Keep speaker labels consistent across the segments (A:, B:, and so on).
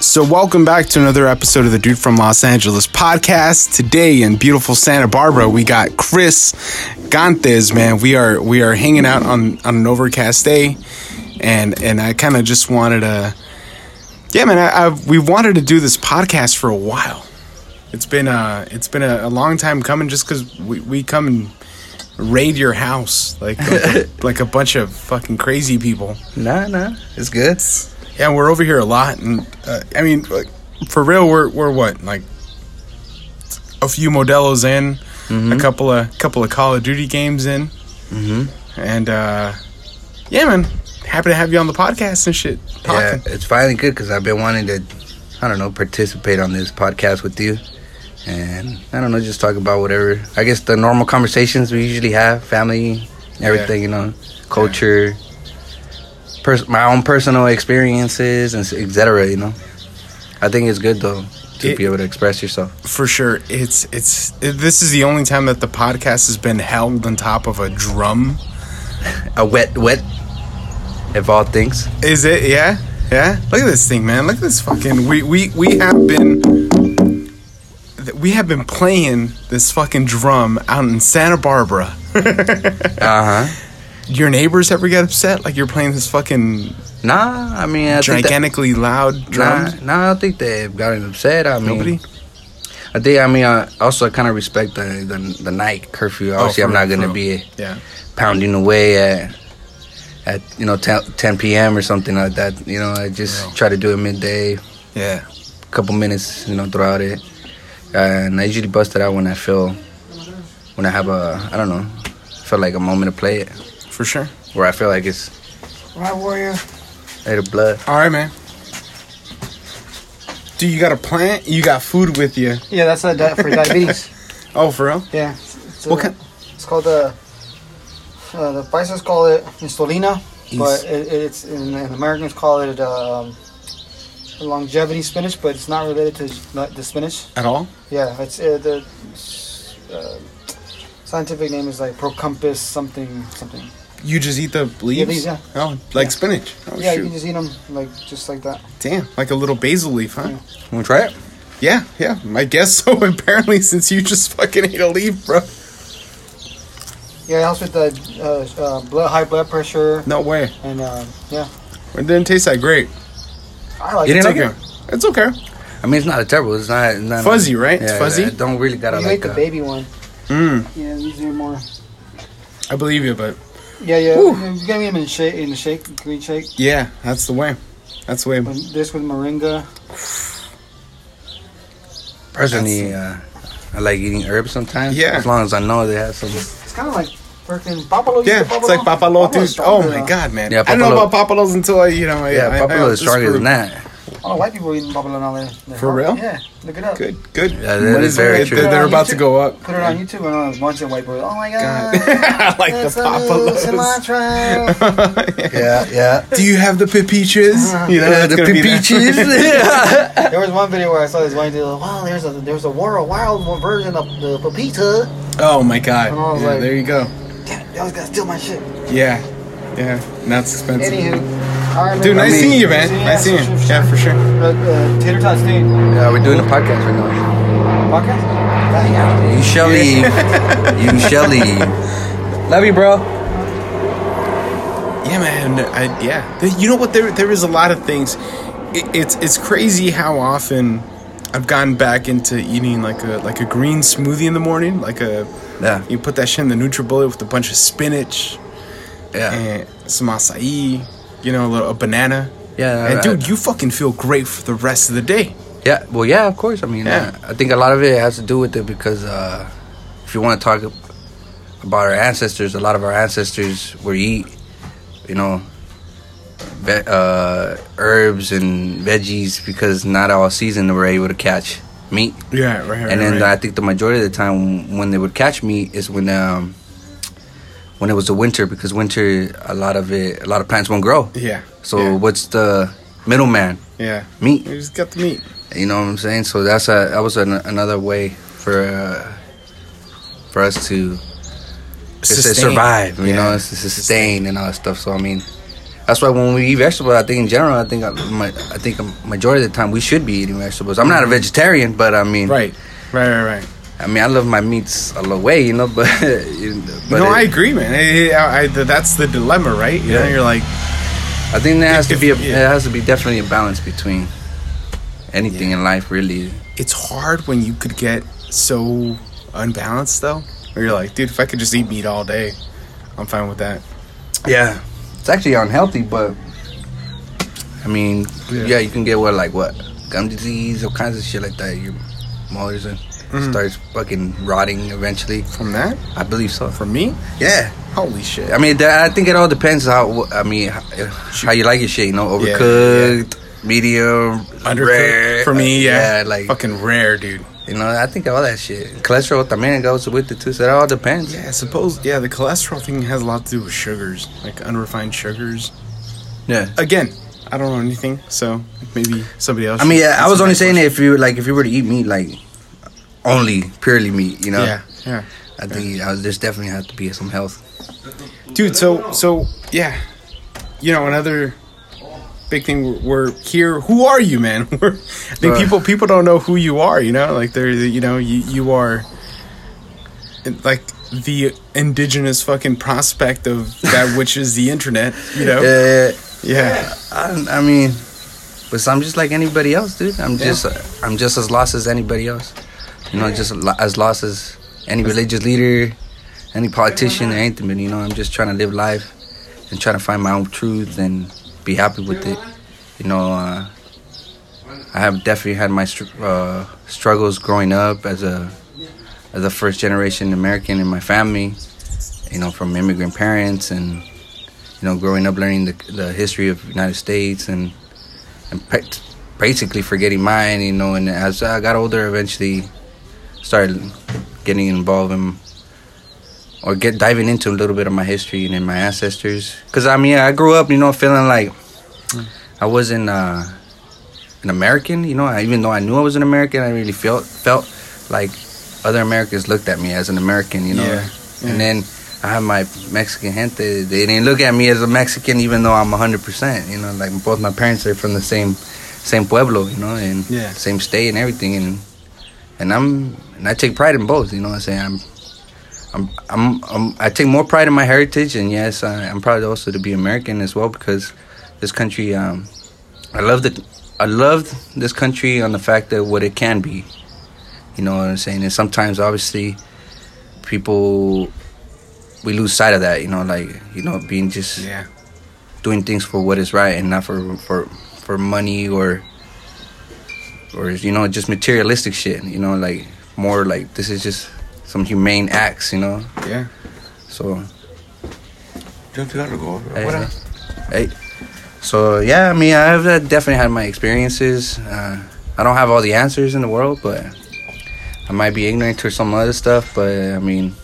A: So, welcome back to another episode of the Dude from Los Angeles podcast. Today in beautiful Santa Barbara, we got Chris Gantes. Man, we are we are hanging out on on an overcast day, and and I kind of just wanted to, yeah, man, I, I we wanted to do this podcast for a while. It's been a it's been a, a long time coming, just because we we come and raid your house like like, a, like a bunch of fucking crazy people.
B: Nah, nah, it's good.
A: Yeah, we're over here a lot, and uh, I mean, like, for real, we're we're what like a few Modelo's in, a couple of couple of Call of Duty games in, Mm-hmm. and uh, yeah, man, happy to have you on the podcast and shit.
B: Yeah,
A: Talking.
B: it's finally good because I've been wanting to, I don't know, participate on this podcast with you, and I don't know, just talk about whatever. I guess the normal conversations we usually have, family, everything, you know, culture, pers- my own personal experiences, and s- et cetera. You know, I think it's good though to
A: It-
B: be able to express yourself.
A: for sure. It's it's it, this is the only time that the podcast has been held on top of a drum.
B: A wet, wet, of all things.
A: Is it? Yeah, yeah. Look at this thing, man. Look at this fucking. We we we have been. th- We have been playing this fucking drum out in Santa Barbara. Uh-huh.
B: Uh huh.
A: Your neighbors ever get upset? Like you're playing this fucking
B: Nah, I mean, I think that,
A: gigantically loud drum?
B: nah, nah, I don't think they've gotten upset. I mean,
A: Nobody?
B: I think I mean I also kind of respect the, the the night curfew. Obviously,
A: Oh, for
B: I'm not
A: real,
B: gonna
A: for real.
B: be
A: Yeah.
B: pounding away at at you know 10, 10 p.m. or something like that. You know, I just
A: Real.
B: try to do it midday,
A: Yeah.
B: couple minutes, you know, throughout it. And I usually bust it out when I feel when I have a I don't know, feel like a moment to play it
A: For sure.
B: where I feel like it's
A: Right, warrior.
B: later blood.
A: All right, man. Do you got a plant? You got food with you?
C: Yeah, that's a di- for diabetes.
A: Oh, for real?
C: Yeah. It's,
A: What
C: uh,
A: kind-
C: It's called the. Uh, the Paisas call it insulina,
A: Ins-
C: but it, it's in, in Americans call it um, longevity spinach, but it's not related to not the spinach.
A: At all?
C: Yeah, it's uh, the uh, scientific name is like Procumpis something something.
A: You just eat the leaves?
C: leaves, yeah.
A: Oh, like
C: Yeah.
A: spinach. Oh,
C: yeah, you
A: shoot.
C: can just eat them like just like that.
A: Damn, like a little basil leaf, huh?
B: Want to try it?
A: Yeah, yeah. I guess so. Apparently, since you just fucking ate a leaf, bro.
C: Yeah, it helps with the uh, uh, blood high blood pressure
A: No way.
C: and uh, yeah.
A: It didn't taste that great.
C: I like
B: You
C: it.
A: It's
B: didn't like
A: okay. It's okay.
B: I mean, it's not a terrible. It's not, not
A: Fuzzy, right? It's
B: Yeah,
A: fuzzy?
B: I don't really gotta
C: You
B: like
C: like the
B: uh,
C: baby one.
A: Mm,
C: Yeah, these are more.
A: I believe you, but
C: Yeah, yeah.
A: Whew.
C: We're gonna get them in shake, in the shake, green shake.
A: yeah, that's the way. That's the way.
C: When this with moringa.
B: Personally, uh, I like eating herbs sometimes.
A: Yeah.
B: As long as I know they have some.
C: It's kind of like freaking papalo.
A: Yeah, it's like papalo, dude. Oh my god, man.
B: Yeah,
A: I didn't know
B: papalo.
A: about papalos until I, you know, I,
B: Yeah,
A: I,
B: papalo
A: I,
B: is stronger than
A: disapproved.
B: that.
C: A lot of white people eating papalo now. They're, they're
A: For real?
C: Yeah, look it up.
A: Good, good.
B: Yeah, that is very
A: They're-
B: true.
A: They're,
C: Yeah,
A: about to
C: you too.
A: go up.
C: Put it on YouTube and on a bunch of white people. Oh my
A: God,
C: god.
A: I like
C: That's uh,
A: the
C: a little
A: papalos.
C: cilantro.
B: Yeah, yeah.
A: Do you have the pepiches?
C: Uh-huh.
A: You know,
B: yeah
A: it's
B: uh, the
A: gonna be that.
B: peaches.
C: there was one video where I saw this white dude. Like, wow, there's a there's a world wild one version of the papita.
A: Oh my god.
C: And I was
A: Yeah,
C: like-
A: there you go.
C: Damn, it, y'all gotta steal my shit.
A: Yeah, yeah. Not expensive.
C: Anywho, all right,
A: Dude,
C: man.
A: nice
B: mean-
A: seeing you, man. Nice seeing you. Yeah, for sure.
C: But, uh, Tater tot state
B: yeah, we're doing a podcast right now.
C: podcast. Yeah.
B: You shall leave. you shall leave. Love you, bro.
A: Yeah, man. I, yeah, Th- you know what? There, there is a lot of things. It, it's it's crazy how often I've gotten back into eating like a like a green smoothie in the morning. Like a
B: Yeah,
A: you put that shit in the NutriBullet with a bunch of spinach
B: yeah,
A: and some acai. You know, a little a banana.
B: yeah.
A: And
B: I-
A: dude, you fucking feel great for the rest of the day.
B: yeah. Well, yeah, of course. I mean,
A: Yeah.
B: yeah. I think a lot of it has to do with it because uh, if you want to talk about our ancestors, a lot of our ancestors were eat, you know, ve- uh, herbs and veggies because not all season they were able to catch meat.
A: Yeah, right. right
B: and then
A: right.
B: I think the majority of the time when they would catch me is when um when it was the winter because winter a lot of it a lot of plants won't grow.
A: yeah.
B: So
A: yeah,
B: what's the middleman?
A: yeah,
B: Meat.
A: You just got the meat.
B: You know what I'm saying? So that's a that was an, another way for uh, for us to just say
A: Sustain.
B: survive. You
A: Yeah.
B: know, it's to sustain and all that stuff. So I mean, That's why when we eat vegetables, I think in general, I think I, my, I think a majority of the time we should be eating vegetables. I'm not a vegetarian, but I mean,
A: Right. Right. Right. Right.
B: I mean, I love my meats a little way, you know, but, you know, but
A: no,
B: it-
A: I agree, man. I, I, I, that's the dilemma, right? You know,
B: Yeah.
A: you're like,
B: I think there has to be a,
A: Yeah.
B: there has to be definitely a balance between anything in life, really.
A: it's hard when you could get so unbalanced, though. Where you're like, dude, if I could just eat meat all day, I'm fine with that.
B: Yeah, it's actually unhealthy, but I mean,
A: Yeah.
B: yeah, you can get what like what gum disease, all kinds of shit like that. Your molars and
A: Mhm.
B: starts fucking rotting eventually.
A: From that,
B: I believe so.
A: from me,
B: Yeah,
A: holy shit.
B: I mean, that, I think it all depends how I mean how, how you like your shit. You know,
A: Yeah, yeah.
B: overcooked, medium,
A: Undercooked
B: rare.
A: for me, yeah.
B: like
A: fucking rare, dude.
B: you know, I think all that shit. Cholesterol también goes with it too. So that all depends.
A: Yeah, I suppose. Yeah, the cholesterol thing has a lot to do with sugars, like unrefined sugars.
B: yeah.
A: Again, I don't know anything, so maybe somebody else.
B: I mean,
A: should
B: yeah, I was
A: answer
B: only
A: that
B: saying
A: question.
B: if you like if you were to eat meat, like only purely meat, you know.
A: Yeah, yeah.
B: I think uh, there's definitely have to be some health.
A: dude so so yeah you know another big thing we're- we're here who are you man we're, i think
B: Uh.
A: people people don't know who you are you know like they're you know you, you are like the indigenous fucking prospect of that which is the internet you know yeah,
B: Yeah,
A: yeah.
B: I, I mean, but I'm just like anybody else, dude. I'm just I'm just as lost as anybody else. You know, just lo- as lost as any religious leader, any politician, or anything. But you know, I'm just trying to live life and trying to find my own truth and be happy with it. You know, uh, I have definitely had my str- uh, struggles growing up as a as a first generation American in my family. You know, from immigrant parents and you know, growing up learning the, the history of United States and and pra- basically forgetting mine, you know. And as I got older, eventually started getting involved in or get diving into a little bit of my history and then my ancestors. Cause I mean, I grew up, you know, feeling like I wasn't uh, an American, you know. I, even though I knew I was an American, I really felt felt like other Americans looked at me as an American, you know.
A: Yeah, yeah.
B: And then I have my Mexican gente. They didn't look at me as a Mexican, even though I'm 100%. You know, like both my parents are from the same same pueblo, you know, and
A: Yeah.
B: same state and everything. And and I'm and I take pride in both. You know, what I'm saying I'm. I'm, I'm, I'm, I take more pride in my heritage, and yes, I, I'm proud also to be American as well because this country, um, I love the, I love this country on the fact that what it can be, you know what I'm saying. And sometimes, obviously, people we lose sight of that, you know, like you know, being just
A: yeah
B: doing things for what is right and not for for for money or or you know just materialistic shit you know like more like this is just some humane acts you know
A: yeah
B: so
D: Don't you gotta go over.
B: Hey,
D: What
B: hey.
D: else?
B: Hey. So yeah, I mean, I've uh, definitely had my experiences. Uh, I don't have all the answers in the world, but I might be ignorant to some other stuff. But I mean,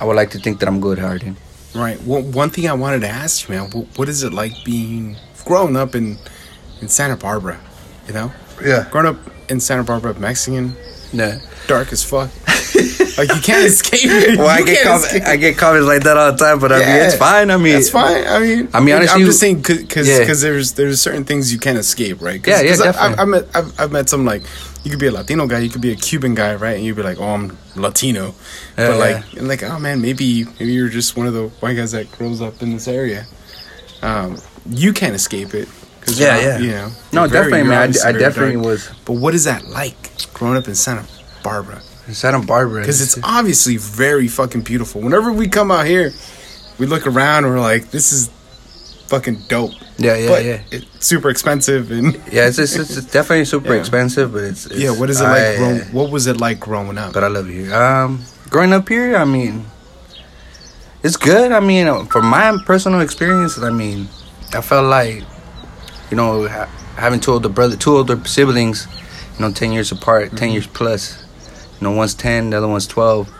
B: I would like to think that I'm good-hearted.
A: right well, one thing i wanted to ask you man what, what is it like being growing up in in santa barbara you know
B: Yeah.
A: growing up in santa barbara mexican
B: Yeah.
A: dark as fuck. like you can't escape it.
B: Well, I
A: You
B: get
A: can't
B: com-
A: escape
B: I get comments like that all the time, but I mean, it's
A: Yeah.
B: fine. I mean,
A: That's fine. I mean,
B: I mean, honestly-
A: I'm just saying because
B: Yeah.
A: there's there's certain things you can't escape, right? 'Cause-
B: Yeah, yeah,
A: 'cause I-
B: definitely.
A: I, I met I've, I've met some like you could be a Latino guy, you could be a Cuban guy, right? And you'd be like, oh, I'm Latino,
B: Yeah,
A: but like
B: yeah.
A: and like oh man, maybe maybe you're just one of the white guys that grows up in this area. Um, you can't escape it. 'cause you're
B: Yeah,
A: not,
B: yeah.
A: You know,
B: No,
A: you're very-
B: definitely,
A: you're
B: man. I d-
A: obviously
B: I
A: very
B: definitely
A: dark.
B: was
A: But what is that like growing up in Santa Barbara?
B: Santa Barbara
A: because it's obviously very fucking beautiful. Whenever we come out here, we look around and we're like, this is fucking dope.
B: yeah, yeah,
A: but
B: yeah,
A: it's super expensive and
B: yeah. It's it's, it's definitely super
A: Yeah.
B: expensive, but it's, it's
A: yeah. What is it like?
B: I-
A: grow- what was it like growing up?
B: but I love it here. Um, growing up here, I mean, it's good. I mean, uh, from my personal experience, I mean, I felt like, you know, ha- having two older brother, two older siblings, you know, ten years apart, ten years plus. You know, one's ten, the other one's twelve,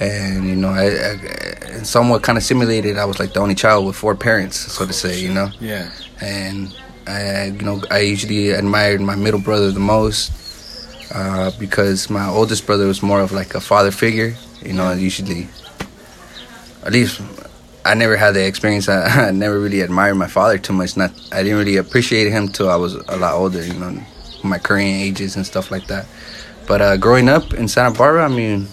B: and you know, I, I and somewhat kind of simulated. I was like the only child with four parents, so to say. You know
A: yeah,
B: and I, you know, I usually admired my middle brother the most uh, because my oldest brother was more of like a father figure. You know, usually, at least I never had the experience. I, I never really admired my father too much. Not I didn't really appreciate him till I was a lot older. You know, my Korean ages and stuff like that. But uh, growing up in Santa Barbara, I mean,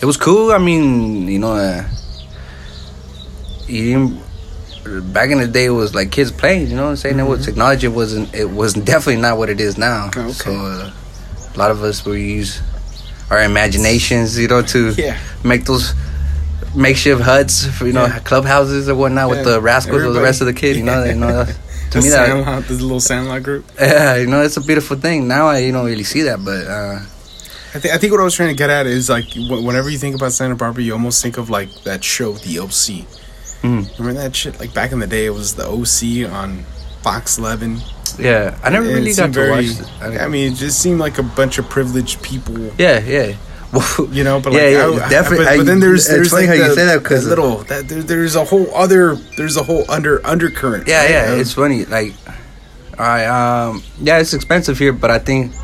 B: it was cool. I mean, you know, uh, you didn't, back in the day it was like kids playing. You know what I'm saying? It was technology wasn't. It was definitely not what it is now.
A: Mm-hmm. Oh, Okay.
B: So uh, a lot of us will use our imaginations, you know, to
A: Yeah.
B: make those makeshift huts, for, you know,
A: Yeah.
B: clubhouses or whatnot with
A: Yeah.
B: the rascals or the rest of the kids. You know, you know. that's- To
A: the
B: me, that,
A: Sandlot, the little Sandlot group.
B: yeah, you know, it's a beautiful thing. Now I you don't really see that, but uh,
A: I, th- I think what I was trying to get at is like wh- whenever you think about Santa Barbara, you almost think of like that show, The OC.
B: Mm.
A: Remember that shit? Like back in the day, it was The OC on Fox Eleven.
B: yeah, I never
A: And it
B: really got
A: seemed
B: to
A: very-
B: watch. It.
A: I mean, it just seemed like a bunch of privileged people.
B: yeah, yeah. Well,
A: You know, but like,
B: Yeah, yeah,
A: I- I-
B: definitely.
A: But, but then there's
B: I-
A: there's
B: it's funny
A: like
B: how you
A: the-
B: say that 'cause-
A: the little that there, there's a whole other there's a whole under undercurrent.
B: yeah,
A: right?
B: yeah.
A: Of-
B: It's funny. Like, I um, yeah, it's expensive here, but I think,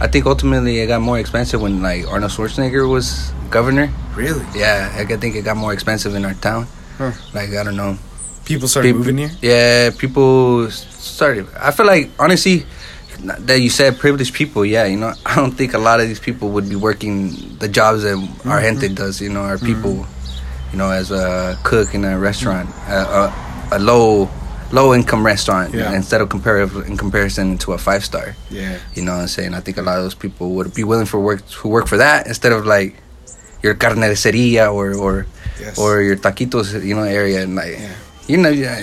B: I think ultimately it got more expensive when like Arnold Schwarzenegger was governor.
A: really
B: Yeah, like, I think it got more expensive in our town.
A: Huh.
B: Like I don't know.
A: people started
B: Peop-
A: moving here.
B: Yeah, people started. I feel like honestly not- that you said privileged people. Yeah, you know, I don't think a lot of these people would be working the jobs that our
A: Mm-hmm.
B: gente does. You know, our people, you know, as a cook in a restaurant, a, a, a low low income restaurant
A: Yeah.
B: instead of comparative in comparison to a five star.
A: Yeah,
B: You know what I'm saying? I think a lot of those people would be willing for work who work for that instead of like your carniceria or or
A: yes.
B: or your taquitos, you know, area, and like,
A: Yeah.
B: you know, you're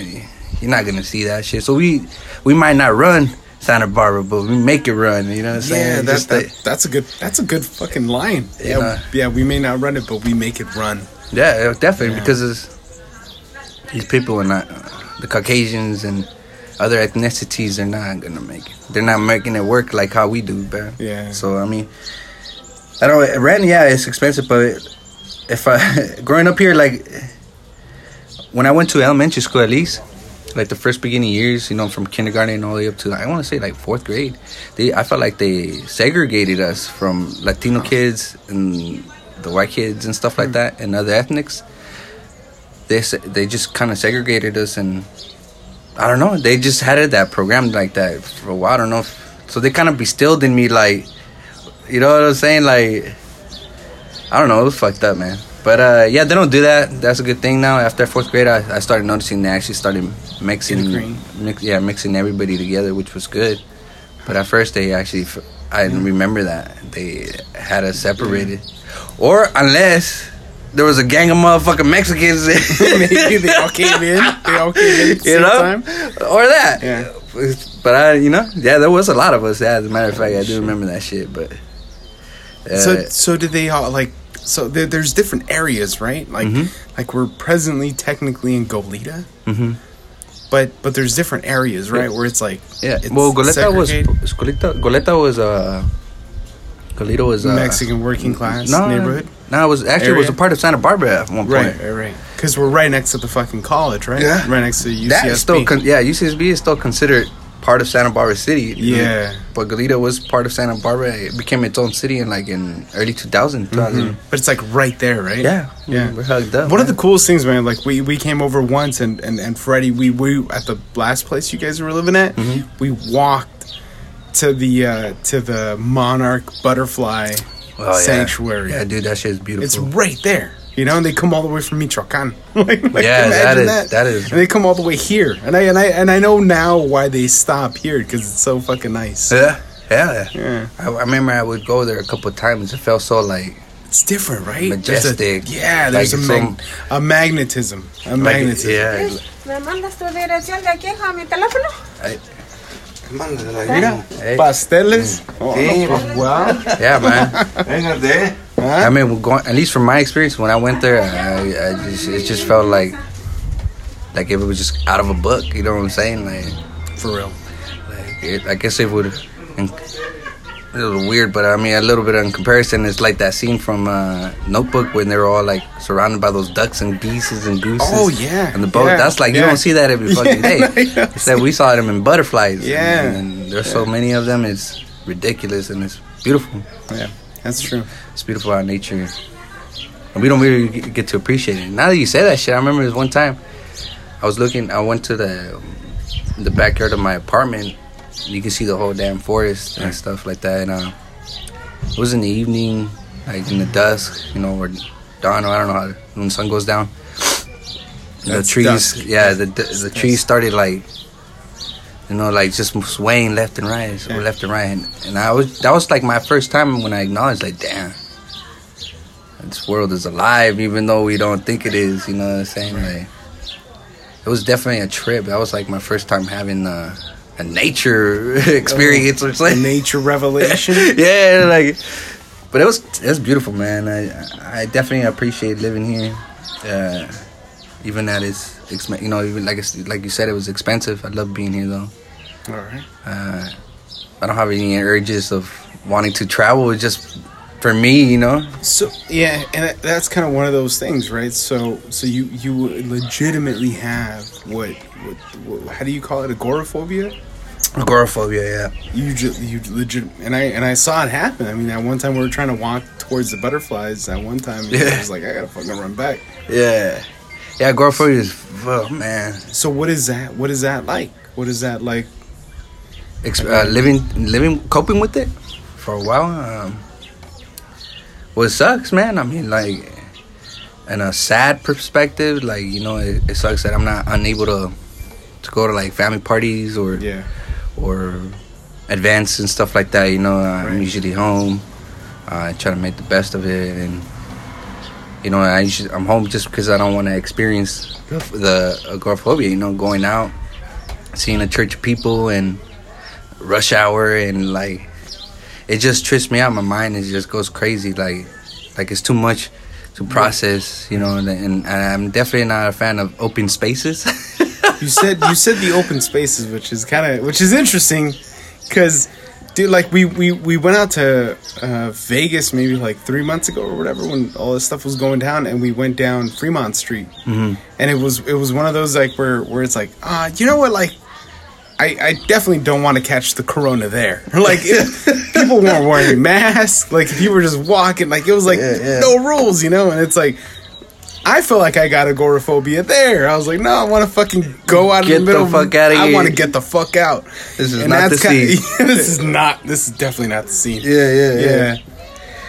B: you're not gonna see that shit. So we we might not run Santa Barbara, but we make it run. You know what I'm saying?
A: yeah, that,
B: Just
A: that, that's a good that's a good fucking line. Yeah,
B: know.
A: yeah, we may not run it, but we make it run.
B: yeah, definitely
A: Yeah.
B: because it's, these people are not the Caucasians and other ethnicities. They're not gonna make it. They're not making it work like how we do, bro.
A: Yeah.
B: So I mean, I don't know, rent. Yeah, it's expensive, but if I growing up here, like when I went to elementary school, at least like the first beginning years, you know, from kindergarten and all the way up to I want to say like fourth grade, they I felt like they segregated us from Latino kids and the white kids and stuff like that, and other ethnics. They se- they just kind of segregated us and. I don't know. They just had it that programmed like that for a while. I don't know. If, so they kind of bestilled in me like, you know what I'm saying? Like, I don't know. It was fucked up, man. But uh, yeah, they don't do that. That's a good thing now. After fourth grade, I, I started noticing they actually started mixing,
A: Integrating.
B: mix, yeah, mixing everybody together, which was good. But at first, they actually, f- I didn't remember that they had us separated, or unless there was a gang of motherfucking Mexicans.
A: Maybe they all came in. They all came in at the
B: you
A: same
B: know,
A: time.
B: or that.
A: Yeah.
B: But I, you know, yeah, there was a lot of us. Yeah, as a matter of fact, I do remember that shit. But uh,
A: so so did they all like so there, there's different areas right like
B: Mhm.
A: like we're presently technically in goleta
B: Mhm.
A: but but there's different areas right
B: Yeah.
A: where it's like
B: yeah,
A: it's
B: well, Goleta was
A: segregated.
B: Goleta, Goleta was uh, Goleta was uh,
A: mexican working class
B: no,
A: neighborhood
B: No, it was actually it was a
A: Area?
B: part of Santa Barbara at one point.
A: right right right because we're right next to the fucking college right
B: Yeah.
A: right next to ucsb
B: That is still, con- yeah, UCSB is still considered part of Santa Barbara City.
A: Yeah.
B: but Goleta was part of Santa Barbara. It became its own city in like in early 2000. 2000.
A: but it's like right there right
B: Yeah,
A: Mm-hmm. Yeah.
B: we're hugged up.
A: One
B: man.
A: of the coolest things, man, like we, we came over once and, and, and Freddie, we, we at the last place you guys were living at,
B: Mm-hmm.
A: we walked to the uh, to the monarch butterfly
B: Oh, yeah.
A: sanctuary.
B: Yeah, dude, that shit is beautiful.
A: It's right there. You know, and they come all the way from Michoacan. like, like,
B: Yeah, that
A: imagine
B: is- that is-
A: And they come all the way here, and I and I and I know now why they stop here because it's so fucking nice.
B: Yeah, yeah.
A: Yeah.
B: I, I remember I would go there a couple of times. It felt so like
A: It's different, right? There's a-
B: Majestic.
A: yeah, there's
B: Like
A: a,
B: it's
A: mag- a magnetism, a
B: like,
A: magnetism.
B: yeah.
E: ¿Me mandas tu dirección de aquí a mi teléfono?
D: Mándale la
A: Mira,
D: idea.
B: Hey,
A: pasteles. Oh,
D: Sí.
A: no, pues, wow.
B: yeah, man.
D: Véngate.
B: I mean, we're going, at least from my experience, when I went there, I, I just it just felt like like if it was just out of a book. You know what I'm saying? Like,
A: For real.
B: like it, I guess it would. in- It was weird, but I mean, a little bit in comparison, it's like that scene from uh, Notebook when they're all like surrounded by those ducks and geese and gooses.
A: Oh, yeah,
B: and the boat.
A: yeah,
B: That's like you
A: yeah.
B: don't see that every fucking
A: Yeah, no,
B: day.
A: you don't
B: Except we saw them in butterflies.
A: Yeah.
B: and, and there's so many of them. It's ridiculous and it's beautiful.
A: Yeah, that's true.
B: It's beautiful our nature. And we don't really g- get to appreciate it. Now that you say that shit, I remember this one time I was looking. I went to the the backyard of my apartment. And you can see the whole damn forest and stuff like that. And uh, it was in the evening, like in the dusk, you know, or dawn. Or I don't know how when the sun goes down. The
A: That's
B: trees,
A: dusk.
B: yeah, the the, the trees started like you know, like just swaying left and right,
A: Yeah.
B: or left and right, and, and I was that was like my first time when I acknowledged, like, damn, this world is alive, even though we don't think it is. You know what I'm saying? Like, it was definitely a trip. That was like my first time having uh, a nature experience or
A: A
B: something.
A: nature revelation.
B: yeah, like, but it was it was beautiful, man. I I definitely appreciate living here, uh, even at it's expen- you know, even like it's, like you said, it was expensive. I love being here though.
A: All right.
B: Uh, I don't have any urges of wanting to travel. It's just for me, you know.
A: So yeah, and that- that's kind of one of those things, right? So so you you legitimately have what what, what how do you call it agoraphobia?
B: Agoraphobia, yeah.
A: You just you legit and I and I saw it happen. I mean, that one time we were trying to walk towards the butterflies. That one time I
B: Yeah.
A: was like, I gotta fucking run back.
B: Yeah. Yeah, agoraphobia is, fuck, man.
A: So what is that? What is that like? What is that like?
B: Ex- uh, living, living, coping with it for a while. Um, well, it sucks, man. I mean, like, in a sad perspective, like, you know, it, it sucks that I'm not unable to to go to like family parties or
A: Yeah,
B: or advance and stuff like that. You know, uh, I'm
A: Right.
B: usually home. Uh, I try to make the best of it, and you know, I usually, I'm home just because I don't want to experience the agoraphobia. You know, going out, seeing a church of people, and rush hour, and like it just trips me out. My mind is just goes crazy. Like, like it's too much to process. You know, and, and I'm definitely not a fan of open spaces.
A: you said you said the open spaces, which is kind of which is interesting, because dude, like we we we went out to uh, Vegas maybe like three months ago or whatever when all this stuff was going down, and we went down Fremont Street,
B: Mm-hmm.
A: and it was it was one of those like where where it's like ah, you know what, like I, I definitely don't want to catch the corona there. Like, if people weren't wearing masks. Like, if you were just walking, like, it was like
B: yeah.
A: no rules, you know? And it's like, I feel like I got agoraphobia there. I was like, no, I want to fucking go out
B: Get
A: in
B: the
A: the middle. of-
B: fuck outta
A: I
B: here.
A: want to get the fuck out.
B: This is not the
A: kinda-
B: scene.
A: this is not. This is definitely not the scene.
B: yeah,
A: Yeah. Uh,
B: Yeah,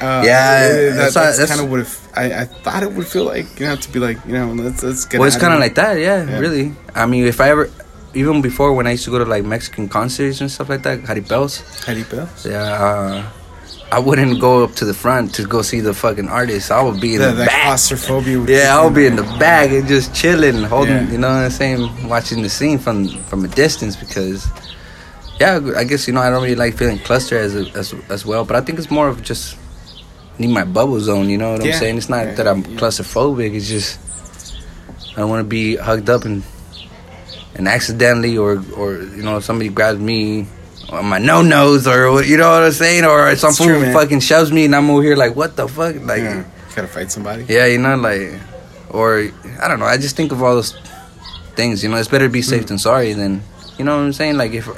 A: that-
B: that's
A: that's,
B: not- that's-
A: kind of what if I, I thought it would feel like. You know, to be like, you know, let's let's get.
B: Well, it's
A: outta
B: kind of
A: here.
B: like that, yeah,
A: Yeah.
B: Really, I mean, if I ever, even before when I used to go to like Mexican concerts and stuff like that, jaripels,
A: How do you feel?
B: yeah, uh, I wouldn't go up to the front to go see the fucking artist. I would be in
A: That,
B: the
A: that
B: back.
A: claustrophobia. would kick
B: Yeah, I
A: in.
B: would be in the back and just chilling, holding,
A: Yeah.
B: you know what I'm saying, watching the scene from from a distance because, yeah, I guess you know I don't really like feeling cluster as a, as as well, but I think it's more of just need my bubble zone. You know what
A: Yeah.
B: I'm saying? It's not
A: Yeah,
B: that I'm
A: yeah.
B: claustrophobic. It's just I don't want to be hugged up and and accidentally or or you know somebody grabs me. On my no nos, or what- you know what I'm saying, or some
A: true,
B: fool
A: man.
B: fucking shoves me, and I'm over here like, what the fuck, like,
A: Yeah. Gotta fight somebody.
B: yeah, you know, like, or I don't know. I just think of all those things. You know, it's better to be safe than sorry. Than you know what I'm saying? Like if,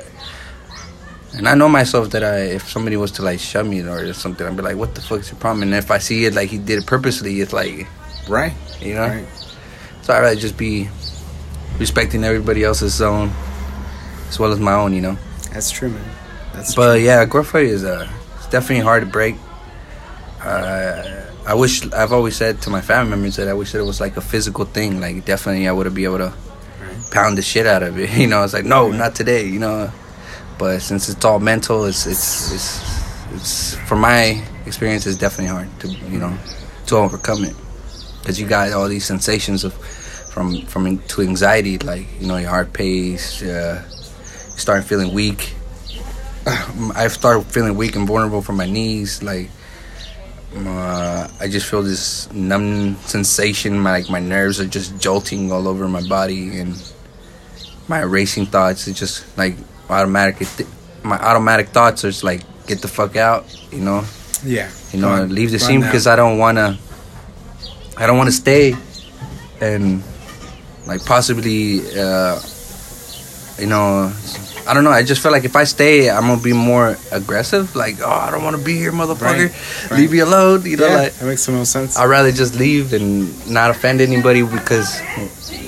B: and I know myself that I, if somebody was to like shove me or something, I'd be like, what the fuck's your problem? And if I see it like he did it purposely, it's like,
A: Right.
B: you know.
A: Right.
B: So I'd rather just be respecting everybody else's zone as well as my own. You know.
A: That's true, man. That's
B: But yeah, agoraphobia is uh, it's definitely hard to break. Uh, I wish I've always said to my family members that I wish that it was like a physical thing. Like definitely, I would be able to pound the shit out of it. You know, it's like no, not today. You know, but since it's all mental, it's it's it's, it's for my experience, it's definitely hard to you know to overcome it because you got all these sensations of from from to anxiety, like you know your heart pace, uh, you start feeling weak. I start feeling weak and vulnerable from my knees, like. Uh, I just feel this numb sensation. My like my nerves are just jolting all over my body, and my racing thoughts. It's just like automatic. Th- my automatic thoughts are just like, get the fuck out, you know.
A: true. yeah.
B: You know,
A: Run.
B: leave the
A: Run
B: scene
A: now.
B: because I don't wanna. I don't want to stay, and like possibly uh, you know, I don't know. I just feel like if I stay, I'm gonna be more aggressive. Like, oh, I don't want to be here, motherfucker. Leave me alone. You know,
A: Yeah,
B: like
A: that makes the most sense.
B: I'd rather just leave and not offend anybody because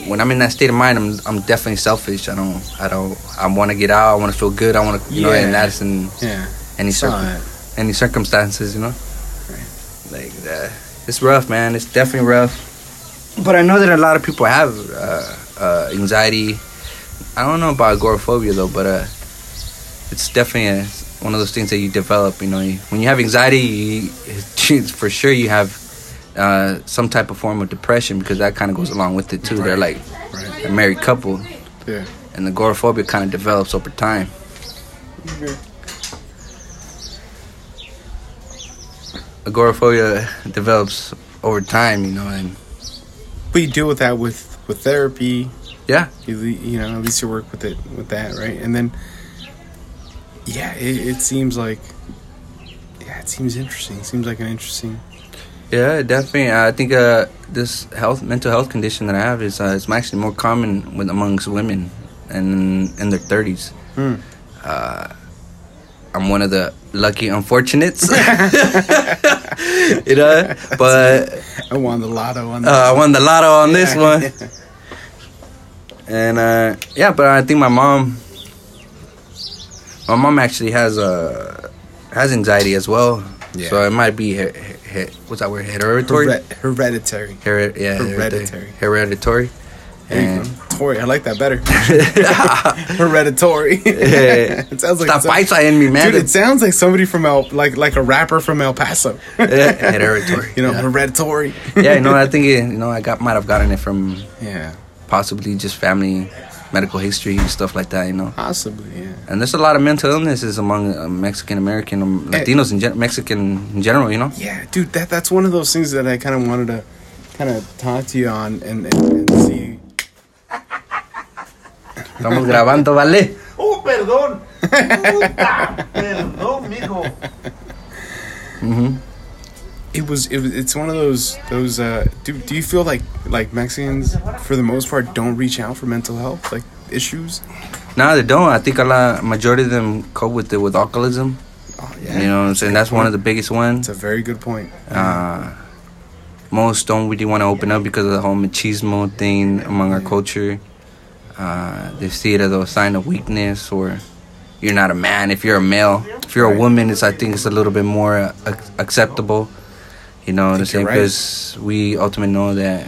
B: when I'm in that state of mind, I'm I'm definitely selfish. I don't I don't I want to get out. I want to feel good. I want to you know,
A: Yeah.
B: and that's in
A: Yeah.
B: any
A: Saw
B: circum-
A: that.
B: any circumstances, you know. Like that, it's rough, man. It's definitely rough. But I know that a lot of people have uh, uh, anxiety. I don't know about agoraphobia though, but uh, it's definitely a, one of those things that you develop. You know, you, when you have anxiety, you, it's for sure you have uh, some type of form of depression because that kind of goes along with it too. They're like a married couple,
A: Yeah.
B: and agoraphobia kind of develops over time. Agoraphobia develops over time, you know, and
A: But you deal with that with with therapy.
B: yeah,
A: You, le- you know, at least you work with it with that, right? And then, yeah, it, it seems like, yeah, it seems interesting. It seems like an interesting.
B: Yeah, definitely. I think uh, this health, mental health condition that I have is uh, it's actually more common with amongst women and in their thirties.
A: Hmm.
B: Uh, I'm one of the lucky unfortunates, you know. But
A: I won the lotto on
B: uh,
A: that.
B: I won the lotto on this
A: Yeah.
B: one, and uh, yeah. But I think my mom, my mom actually has uh, has anxiety as well.
A: Yeah.
B: So it might be he- he- he- what's that word? Hereditary.
A: Hered- hereditary.
B: Hered- yeah,
A: Hereditary.
B: Hereditary.
A: There you
B: And
A: go. Tory, I like that better. Hereditary.
B: Yeah.
A: it sounds like
B: stop
A: some-
B: fighting in me, man.
A: dude. It sounds like somebody from El, like like a rapper from El Paso.
B: Yeah, hereditary.
A: you know,
B: yeah.
A: hereditary.
B: yeah, you know, I think it, you know, I got might have gotten it from
A: yeah,
B: possibly just family, medical history, stuff like that. You know,
A: possibly. Yeah.
B: and there's a lot of mental illnesses among uh, Mexican American, um,
A: Eh.
B: Latinos, and gen- Mexican in general. You know,
A: Yeah, dude, that that's one of those things that I kind of wanted to kind of talk to you on and, and, and see.
B: estamos grabando, vale.
D: Oh, perdón. Puta. Perdón, mijo.
A: It was it was it's one of those those uh do do you feel like like Mexicans for the most part don't reach out for mental health like issues?
B: No, they don't. I think a lot majority of them cope with it with alcoholism.
A: Oh
B: You know what I'm saying? That's one of the biggest ones.
A: It's a very good point.
B: uh, most don't really want to open up because of the whole machismo thing among our culture. Uh, they see it as a sign of weakness or you're not a man if you're a male. If you're a
A: Right.
B: woman, it's I think it's a little bit more uh, ac- acceptable. You know, the
A: think
B: same
A: you're right.
B: because we ultimately know that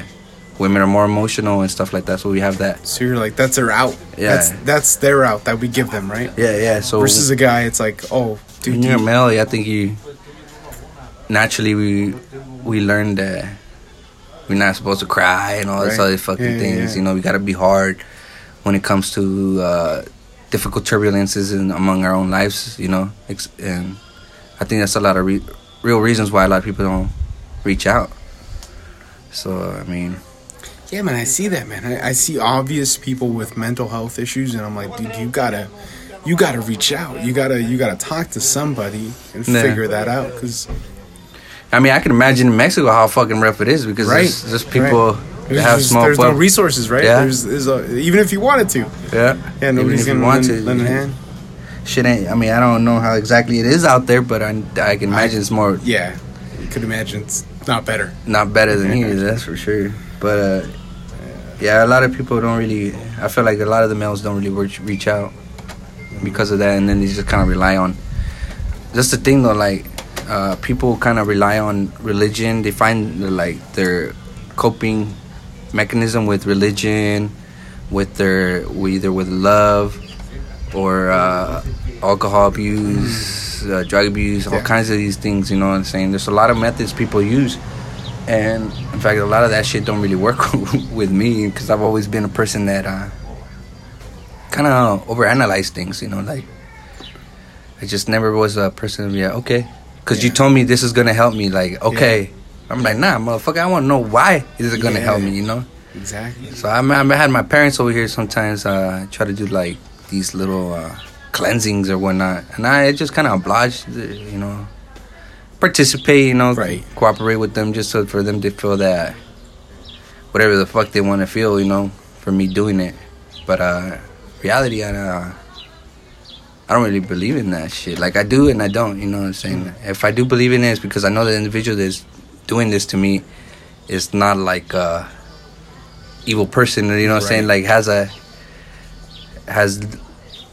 B: women are more emotional and stuff like that, so we have that.
A: So you're like that's their out.
B: Yeah.
A: That's that's their out that we give them, right?
B: Yeah, yeah. So
A: Versus a guy it's like, "Oh, dude,
B: when you're a
A: you,
B: male, I think you naturally we we learn that we're not supposed to cry and all this
A: Right.
B: other fucking
A: Yeah, yeah,
B: things.
A: yeah.
B: You know, we gotta be hard when it comes to uh, difficult turbulences in among our own lives. You know, Ex- and I think that's a lot of re- real reasons why a lot of people don't reach out. So I mean,
A: yeah, man, I see that, man. I, I see obvious people with mental health issues and I'm like, "Dude, you got to you got to reach out. You got to you got to talk to somebody and
B: Yeah.
A: figure that out cuz
B: I mean, I can imagine in Mexico how fucking rough it is because
A: Right.
B: there's, there's people that
A: There's,
B: have
A: just-
B: small
A: there's no
B: pub-
A: resources, right?
B: Yeah.
A: There's, there's a, even if you wanted to,
B: yeah.
A: yeah, nobody's
B: if you
A: gonna
B: want
A: lend,
B: to,
A: lend a
B: you-
A: hand.
B: shit ain't. I mean, I don't know how exactly it is out there, but I, I can imagine it's more
A: Yeah, you could imagine it's not better.
B: not better than here. That's for sure. But uh, yeah, a lot of people don't really. I feel like a lot of the males don't really reach, reach out because of that, and then they just kind of rely on. That's the thing though. Like uh, people kind of rely on religion. They find like their coping mechanism with religion, with their either with love or uh, alcohol abuse, uh, drug abuse, all
A: Yeah.
B: kinds of these things. You know what I'm saying? There's a lot of methods people use, and in fact, a lot of that shit don't really work with me because I've always been a person that uh, kind of overanalyze things. You know, like I just never was a person to be like, okay, because you
A: Yeah.
B: told me this is gonna help me. Like, okay. I'm like, nah, motherfucker. I want to know why is it gonna
A: Yeah.
B: help me, you know?
A: Exactly.
B: So I'm, I'm, I had my parents over here sometimes uh, try to do like these little uh, cleansings or whatnot, and I just kind of obliged, uh, you know, participate, you know,
A: Right.
B: cooperate with them just so for them to feel that whatever the fuck they want to feel, you know, for me doing it. But uh, reality. And uh, I don't really believe in that shit. Like I do and I don't. You know what I'm saying?
A: Mm.
B: If I do believe in it, it's because I know the individual that's doing this to me is not like a evil person. You know what I'm saying? Like has a has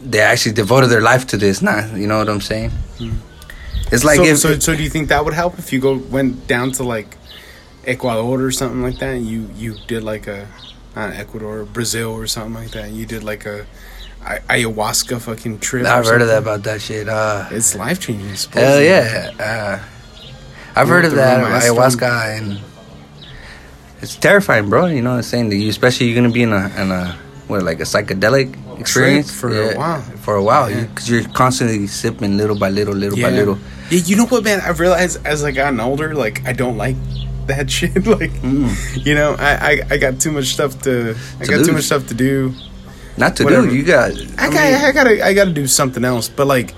B: they actually devoted their life to this? Nah, you know what I'm saying? It's like
A: Mm. so,
B: if
A: so, so do you think that would help if you go went down to like Ecuador or something like that? And you you did like a not Ecuador, Brazil or something like that. And you did like a ay- ayahuasca fucking trip.
B: I've
A: or
B: heard of that
A: something?
B: about that shit. Uh,
A: It's life changing.
B: Hell Uh, yeah. Uh, I've
A: You
B: heard
A: went
B: of
A: to
B: that
A: Roma, that's
B: ayahuasca and it's terrifying, bro. You know what I'm saying? That you, especially you're gonna be in a in a what like a psychedelic experience
A: for a while.
B: For a while,
A: Yeah.
B: because you're constantly sipping little by little, little by little.
A: Yeah, you know what, man? I've realized as I gotten older, like I don't like that shit. like, you know, I, I I got too much stuff to. I
B: Hmm. To
A: got
B: lose.
A: too much stuff to do.
B: Not to
A: Whatever.
B: do. You got.
A: I, got, I gotta I gotta do something else. But like,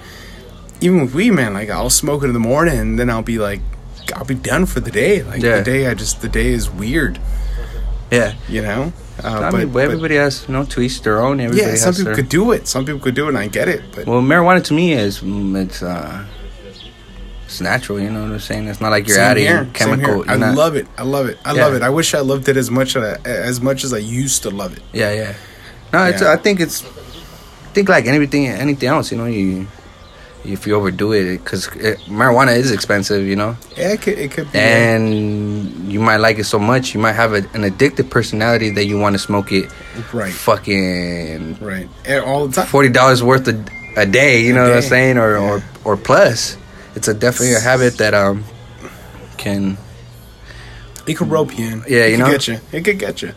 A: even with weed, man, like I'll smoke it in the morning, and then I'll be like, I'll be done for the day. Like
B: Yeah.
A: the day, I just the day is weird.
B: yeah.
A: You know. Uh,
B: I mean, everybody has you know to each their own. Everybody
A: yeah,
B: has
A: some people
B: their-
A: could do it. Some people could do it, and I get it. But
B: Well, marijuana to me is mm, it's uh, it's natural. You know what I'm saying? It's not like you're
A: Same
B: adding
A: here, same
B: chemical.
A: here. I
B: you're not-
A: love it. I love it. I
B: Yeah.
A: love it. I wish I loved it as much as I, as much as I used to love it.
B: Yeah, yeah. No, it's,
A: Yeah.
B: I think it's. I think like anything, anything else, you know, you if you overdo it, because marijuana is expensive, you know,
A: Yeah, it could, it could be. uh,
B: and you might like it so much, you might have a, an addictive personality that you want to smoke it,
A: Right.
B: Fucking
A: right. Eh, All the time.
B: forty dollars worth a, a day, you know what I'm
A: day.
B: saying, or
A: Yeah.
B: or or plus. It's a definitely a habit that um can
A: It could rope you in.
B: Yeah,
A: it
B: you
A: could
B: know?
A: Get you. It could get you.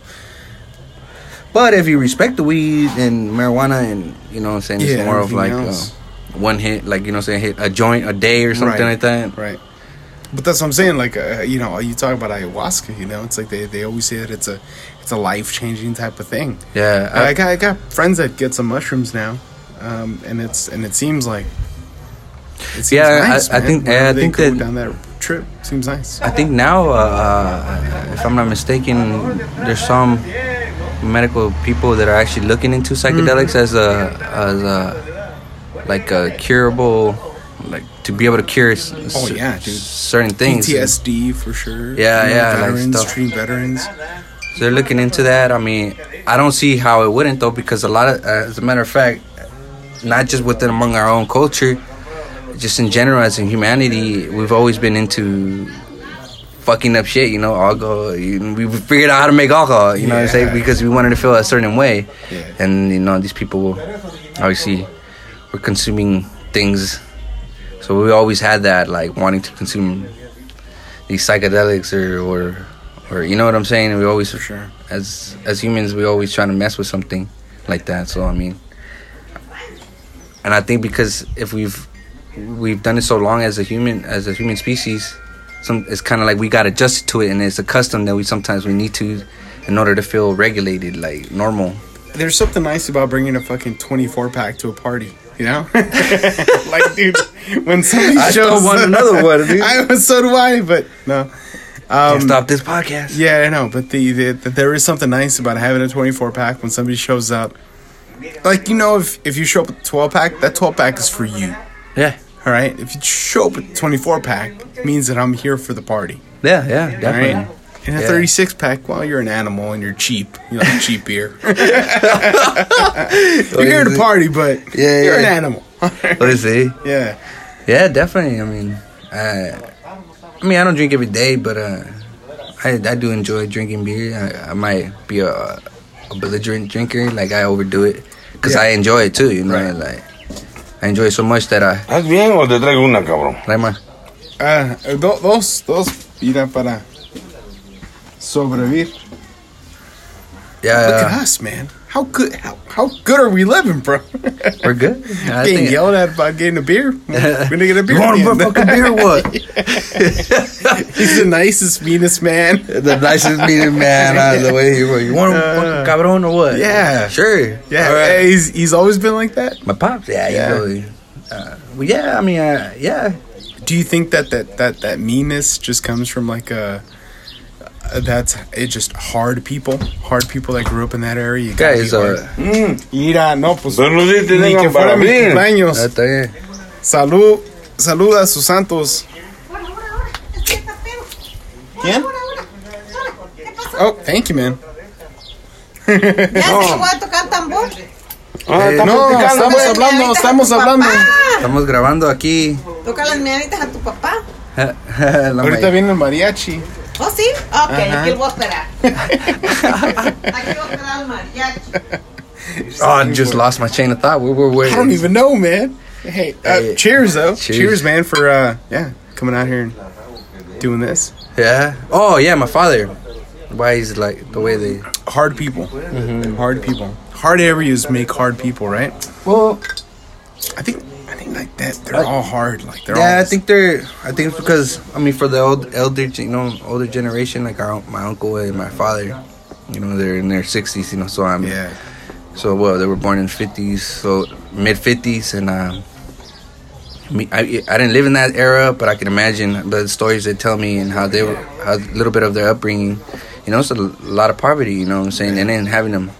B: But if you respect the weed and marijuana and you know what I'm saying,
A: Yeah,
B: it's more of
A: everything
B: like uh,
A: else.
B: one hit, like you know what I'm saying, hit a joint a day or something
A: Right.
B: like that.
A: Right. But that's what I'm saying. Like, uh, you know, you talk about ayahuasca. You know, it's like they, they always say that it's a it's a life changing type of thing.
B: Yeah.
A: I,
B: I,
A: got I got friends that get some mushrooms now, um, and it's and it seems like. It seems
B: Yeah, I- I
A: man.
B: think- yeah, I
A: Whenever they
B: think
A: go
B: that-
A: down that trip seems nice.
B: I think now, uh, if I'm not mistaken, there's some medical people that are actually looking into psychedelics
A: Mm-hmm.
B: as a as a like a curable, like to be able to cure s-
A: Oh, yeah, dude.
B: certain things.
A: PTSD for sure. You
B: Yeah,
A: know,
B: yeah, like
A: Veterans,
B: stuff.
A: treating veterans.
B: So they're looking into that. I mean, I don't see how it wouldn't though, because a lot of, uh, as a matter of fact, not just within among our own culture, just in general as in humanity, we've always been into fucking up shit. You know, alcohol. You, we figured out how to make alcohol. You know what I'm saying?
A: Yeah.
B: Because we wanted to feel a certain way,
A: Yeah.
B: and you know, these people obviously were consuming things. So we always had that like wanting to consume these psychedelics or or, or you know what I'm saying. We always
A: For sure.
B: as as humans we always trying to mess with something like that so i mean and i think because if we've we've done it so long as a human as a human species some it's kind of like we got adjusted to it and it's a custom that we sometimes we need to in order to feel regulated like normal
A: there's something nice about bringing a fucking 24 pack to a party. You know, like dude, when somebody
B: I
A: shows
B: don't want another one, dude.
A: I, so do I, but no.
B: Can't
A: Um,
B: stop this podcast
A: yeah, I know, but the, the, the there is something nice about having a 24 pack when somebody shows up. Like you know, if if you show up with a 12 pack, that 12 pack is for you.
B: yeah
A: All right. If you show up with a 24 pack, it means that I'm here for the party.
B: yeah yeah
A: All
B: definitely
A: right. In a
B: Yeah.
A: 36 pack, well, you're an animal and you're cheap. You like cheap beer. you're here to party, but
B: Yeah,
A: you're an
B: yeah.
A: animal.
B: what is it
A: Yeah.
B: Yeah, definitely. I mean, I, I mean, I don't drink every day, but uh, I I do enjoy drinking beer. I, I might be a, a belligerent drinker, like I overdo it, cause
A: Yeah.
B: I enjoy it too. You know,
A: Right.
B: like I enjoy it so much that I
F: ¿Estás bien o te traigo una, cabrón?
B: like my.
A: Ah, do- dos, dos, mira, para sobrevivir. Look at
B: Yeah,
A: us, man. How good, how, how good are we living, bro?
B: we're good. I
A: getting
B: think-
A: yelled at about getting a beer. We're gonna get a beer.
B: You want a
A: again.
B: motherfucking beer? or What?
A: He's the nicest, meanest man.
B: the nicest meeting man out of the way. he was. You want a fucking cabron or what?
A: Uh, Yeah.
B: sure.
A: Yeah,
B: All right.
A: he's he's always been like that.
B: My pops. Yeah,
A: Yeah.
B: yeah. Really, uh, well, yeah. I mean, uh, yeah.
A: Do you think that that that that meanness just comes from like a uh, that's it's just hard people, hard people that grew up in that area. You gotta
B: Guys uh,
A: be hard.
B: are.
F: Mm,
A: Mira, no, pues
F: pero no sé si
A: ni que
F: tengan
A: fuera
F: para
A: mi
F: mí.
A: cumpleaños.
B: Está bien.
A: Salud, salud a sus santos.
E: Ahora, ahora, ahora. Es que está feo.
A: ¿Quién?
E: Ahora, ahora. Ahora, ¿Qué pasó?
A: Oh, thank you, man.
E: Ya se voy a tocar tambor.
F: Ah, está
A: Eh, No,
F: platicando,
A: estamos
F: pues.
A: hablando, estamos hablando.
B: Estamos grabando aquí.
E: Toca las mañanitas a tu papá.
B: La
A: Ahorita
B: may-
A: viene el mariachi.
E: ¿Oh, sí? Ok,
A: Ajá.
E: aquí lo voy a esperar. Aquí voy a esperar al mariachi.
B: Oh, I just lost my chain of thought. We were
A: I don't
B: waiting.
A: even know, man. Hey, uh,
B: Hey.
A: cheers though. Cheers.
B: Cheers.
A: man, for uh, yeah, coming out here and doing this.
B: Yeah. Oh, yeah, my father. Why he's like the way they.
A: Hard people, hard people. Hard areas make hard people, right?
B: Well,
A: I think, I think like that. They're all hard. Like they're
B: yeah,
A: all.
B: I think they're. I think it's because I mean, for the old elder, you know, older generation, like our, my uncle and my father, you know, they're in their sixties, you know. So I'm.
A: Yeah.
B: So well, they were born in fifties, so mid fifties, and um, me, I I didn't live in that era, but I can imagine the stories they tell me and how they were how a little bit of their upbringing, you know, it's a lot of poverty, you know what I'm saying, and then having them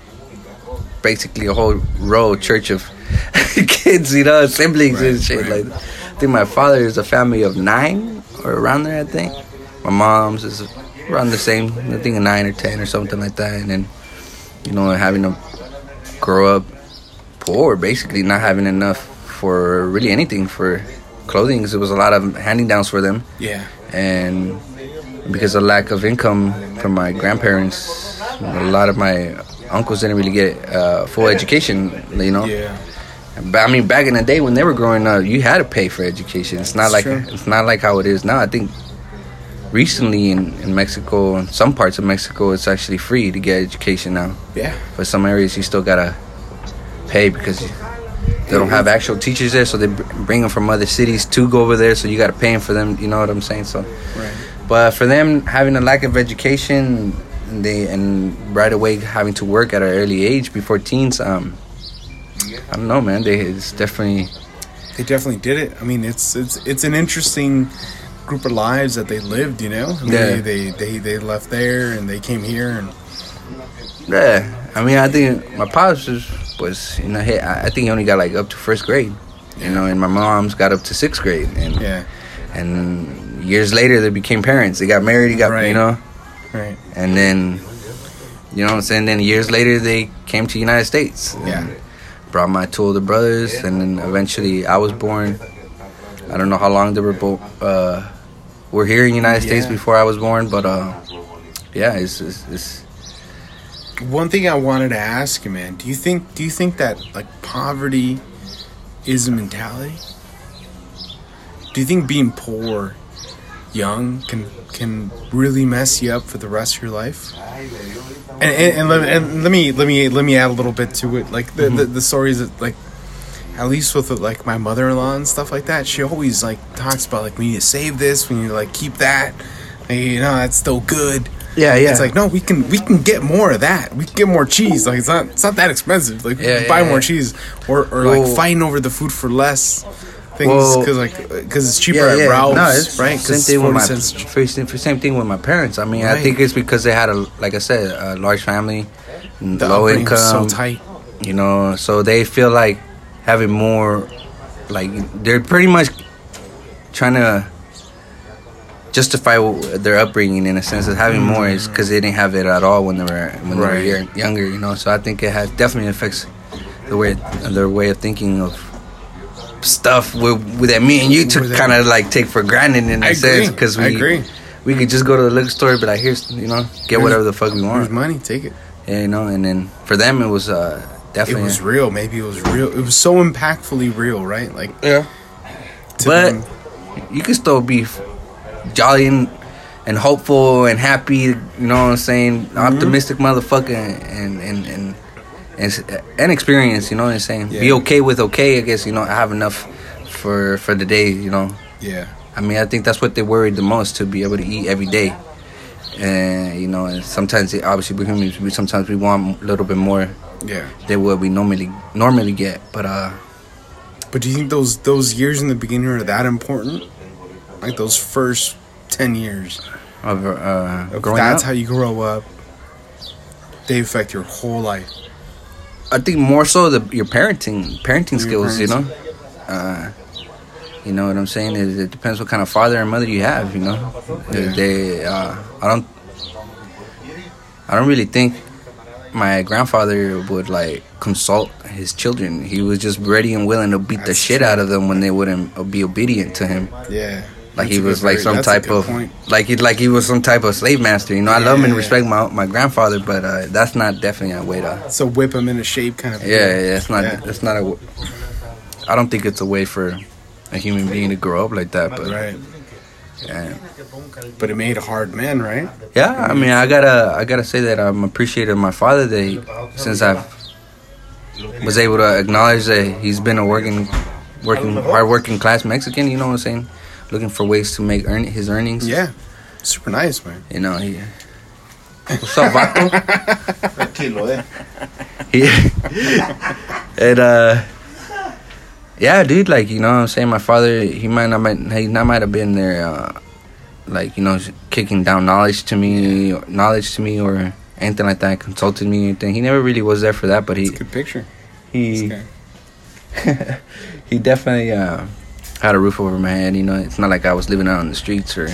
B: basically a whole row church of kids, you know, siblings and shit like. That. I think my father is a family of nine or around there, I think. My mom's is around the same, I think a nine or ten or something like that, and then you know having to grow up poor, basically not having enough for really anything for clothing. 'cause It was a lot of handing downs for them,
A: Yeah.
B: and because of lack of income from my grandparents, a lot of my uncles didn't really get uh, full education. You know,
A: Yeah.
B: but I mean, back in the day when they were growing up, you had to pay for education. It's not
A: That's
B: like
A: true.
B: it's not like how it is now. I think recently in, in Mexico, in some parts of Mexico, it's actually free to get education now.
A: Yeah.
B: But some areas you still gotta pay because they don't have actual teachers there, so they br- bring them from other cities to go over there. So you gotta pay 'em for them. You know what I'm saying? So,
A: Right.
B: but for them having a lack of education, they and right away having to work at an early age before teens. Um, I don't know, man. They it's definitely
A: They definitely did it. I mean, it's it's it's an interesting group of lives that they lived. You know, I mean,
B: Yeah.
A: they, they they they left there and they came here and
B: yeah. I mean, I think my pops was, was you know, hey, I, I think he only got like up to first grade, you know, and my mom's got up to sixth grade, and
A: yeah,
B: and years later they became parents. They got married. They got
A: Right.
B: you know,
A: right.
B: and then you know what I'm saying. Then years later they came to the United States. and
A: Yeah.
B: brought my two older brothers, and then eventually I was born. I don't know how long they were bo- uh, were here in the United States
A: Yeah.
B: before I was born, but uh, yeah, it's it's, it's
A: One thing I wanted to ask you, man. Do you think do you think that like poverty is a mentality? Do you think being poor young can can really mess you up for the rest of your life? And and, and, let, and let me let me let me add a little bit to it. Like the
B: Mm-hmm.
A: the, the stories that like at least with like my mother-in-law and stuff like that, she always like talks about like we need to save this, we need to like keep that. Like, you know, that's still good.
B: yeah yeah.
A: It's like no, we can we can get more of that. We can get more cheese. Like it's not it's not that expensive. Like we
B: Yeah,
A: can
B: yeah,
A: buy more
B: yeah.
A: cheese or or
B: Well-
A: like fighting over the food for less things
B: Well-
A: because like because it's cheaper at Ralph's, right?
B: Same
A: Because
B: thing with
A: forty
B: my
A: cents.
B: first thing- same thing with my parents. I mean, I
A: Right.
B: think it's because they had a like I said a large family, n-
A: The
B: low
A: upbringing was
B: income,
A: so tight.
B: you know, so they feel like having more, like they're pretty much trying to justify w- their upbringing in a sense of having more is because they didn't have it at all when they were when
A: Mm. Right.
B: they were yo- younger, you know. So I think it has definitely affects the way their way of thinking of stuff with, with that me and you took
A: With that-
B: kind of like take for granted in
A: I
B: a
A: agree.
B: sense because
A: I
B: we
A: agree.
B: we could just go to the liquor store and be like here's you know get whatever the fuck we
A: There's
B: want
A: money, take it.
B: yeah you know and then for them it was uh
A: It
B: definitely
A: was real. Maybe it was real. It was so impactfully real, right? Like
B: yeah
A: to
B: but
A: them,
B: you can still be f- jolly and, and hopeful and happy you know what i'm saying
A: Mm-hmm.
B: optimistic motherfucker and and and and, s- and experience you know what i'm saying be
A: Yeah.
B: okay with okay i guess you know i have enough for for the day you know
A: yeah,
B: I mean, I think that's what they worried the most to be able to eat every day. And you know, and sometimes they, obviously we're humans. We sometimes we want a little bit more
A: yeah.
B: than what we normally normally get. But uh,
A: But do you think those those years in the beginning are that important? Like those first ten years?
B: of uh,
A: If
B: growing
A: that's
B: up.
A: how you grow up, they affect your whole life.
B: I think more so the your parenting parenting skills, you know.
A: parenting.
B: Uh, you know what I'm saying? It, it depends what kind of father and mother you have, you know. If They, uh, I don't, I don't really think my grandfather would like consult his children. He was just ready and willing to beat the
A: That's
B: shit out of them when they wouldn't be obedient to him.
A: Yeah.
B: Like
A: That's
B: he
A: a
B: was
A: good-
B: like some
A: that's a
B: type
A: good
B: of
A: point.
B: like he like he was some type of slave master. You know, I love
A: Yeah,
B: and
A: yeah.
B: respect my my grandfather, but uh, that's not definitely a way to.
A: So whip them into shape, kind of.
B: Yeah, yeah, it's not.
A: Yeah.
B: It's not a. w- I don't think it's a way for a human being to grow up like that. But
A: Right.
B: yeah,
A: But it made hard men, right?
B: yeah. I mean, I gotta, I gotta say that I'm appreciative of my father. That he, since I was able to acknowledge that he's been a working, working hard working class Mexican. You know what I'm saying? Looking for ways to make earn his earnings.
A: Yeah. Super nice, man.
B: You know he. What's up, Vato?
D: Tranquilo, eh?
B: Yeah. and uh yeah, dude, like you know what I'm saying, my father he might not might he not might have been there uh like, you know, kicking down knowledge to me knowledge to me or anything like that, consulted me anything. He never really was there for that, but he
A: It's a good picture. This
B: he
A: guy.
B: he definitely uh had a roof over my head, you know. It's not like I was living out on the streets or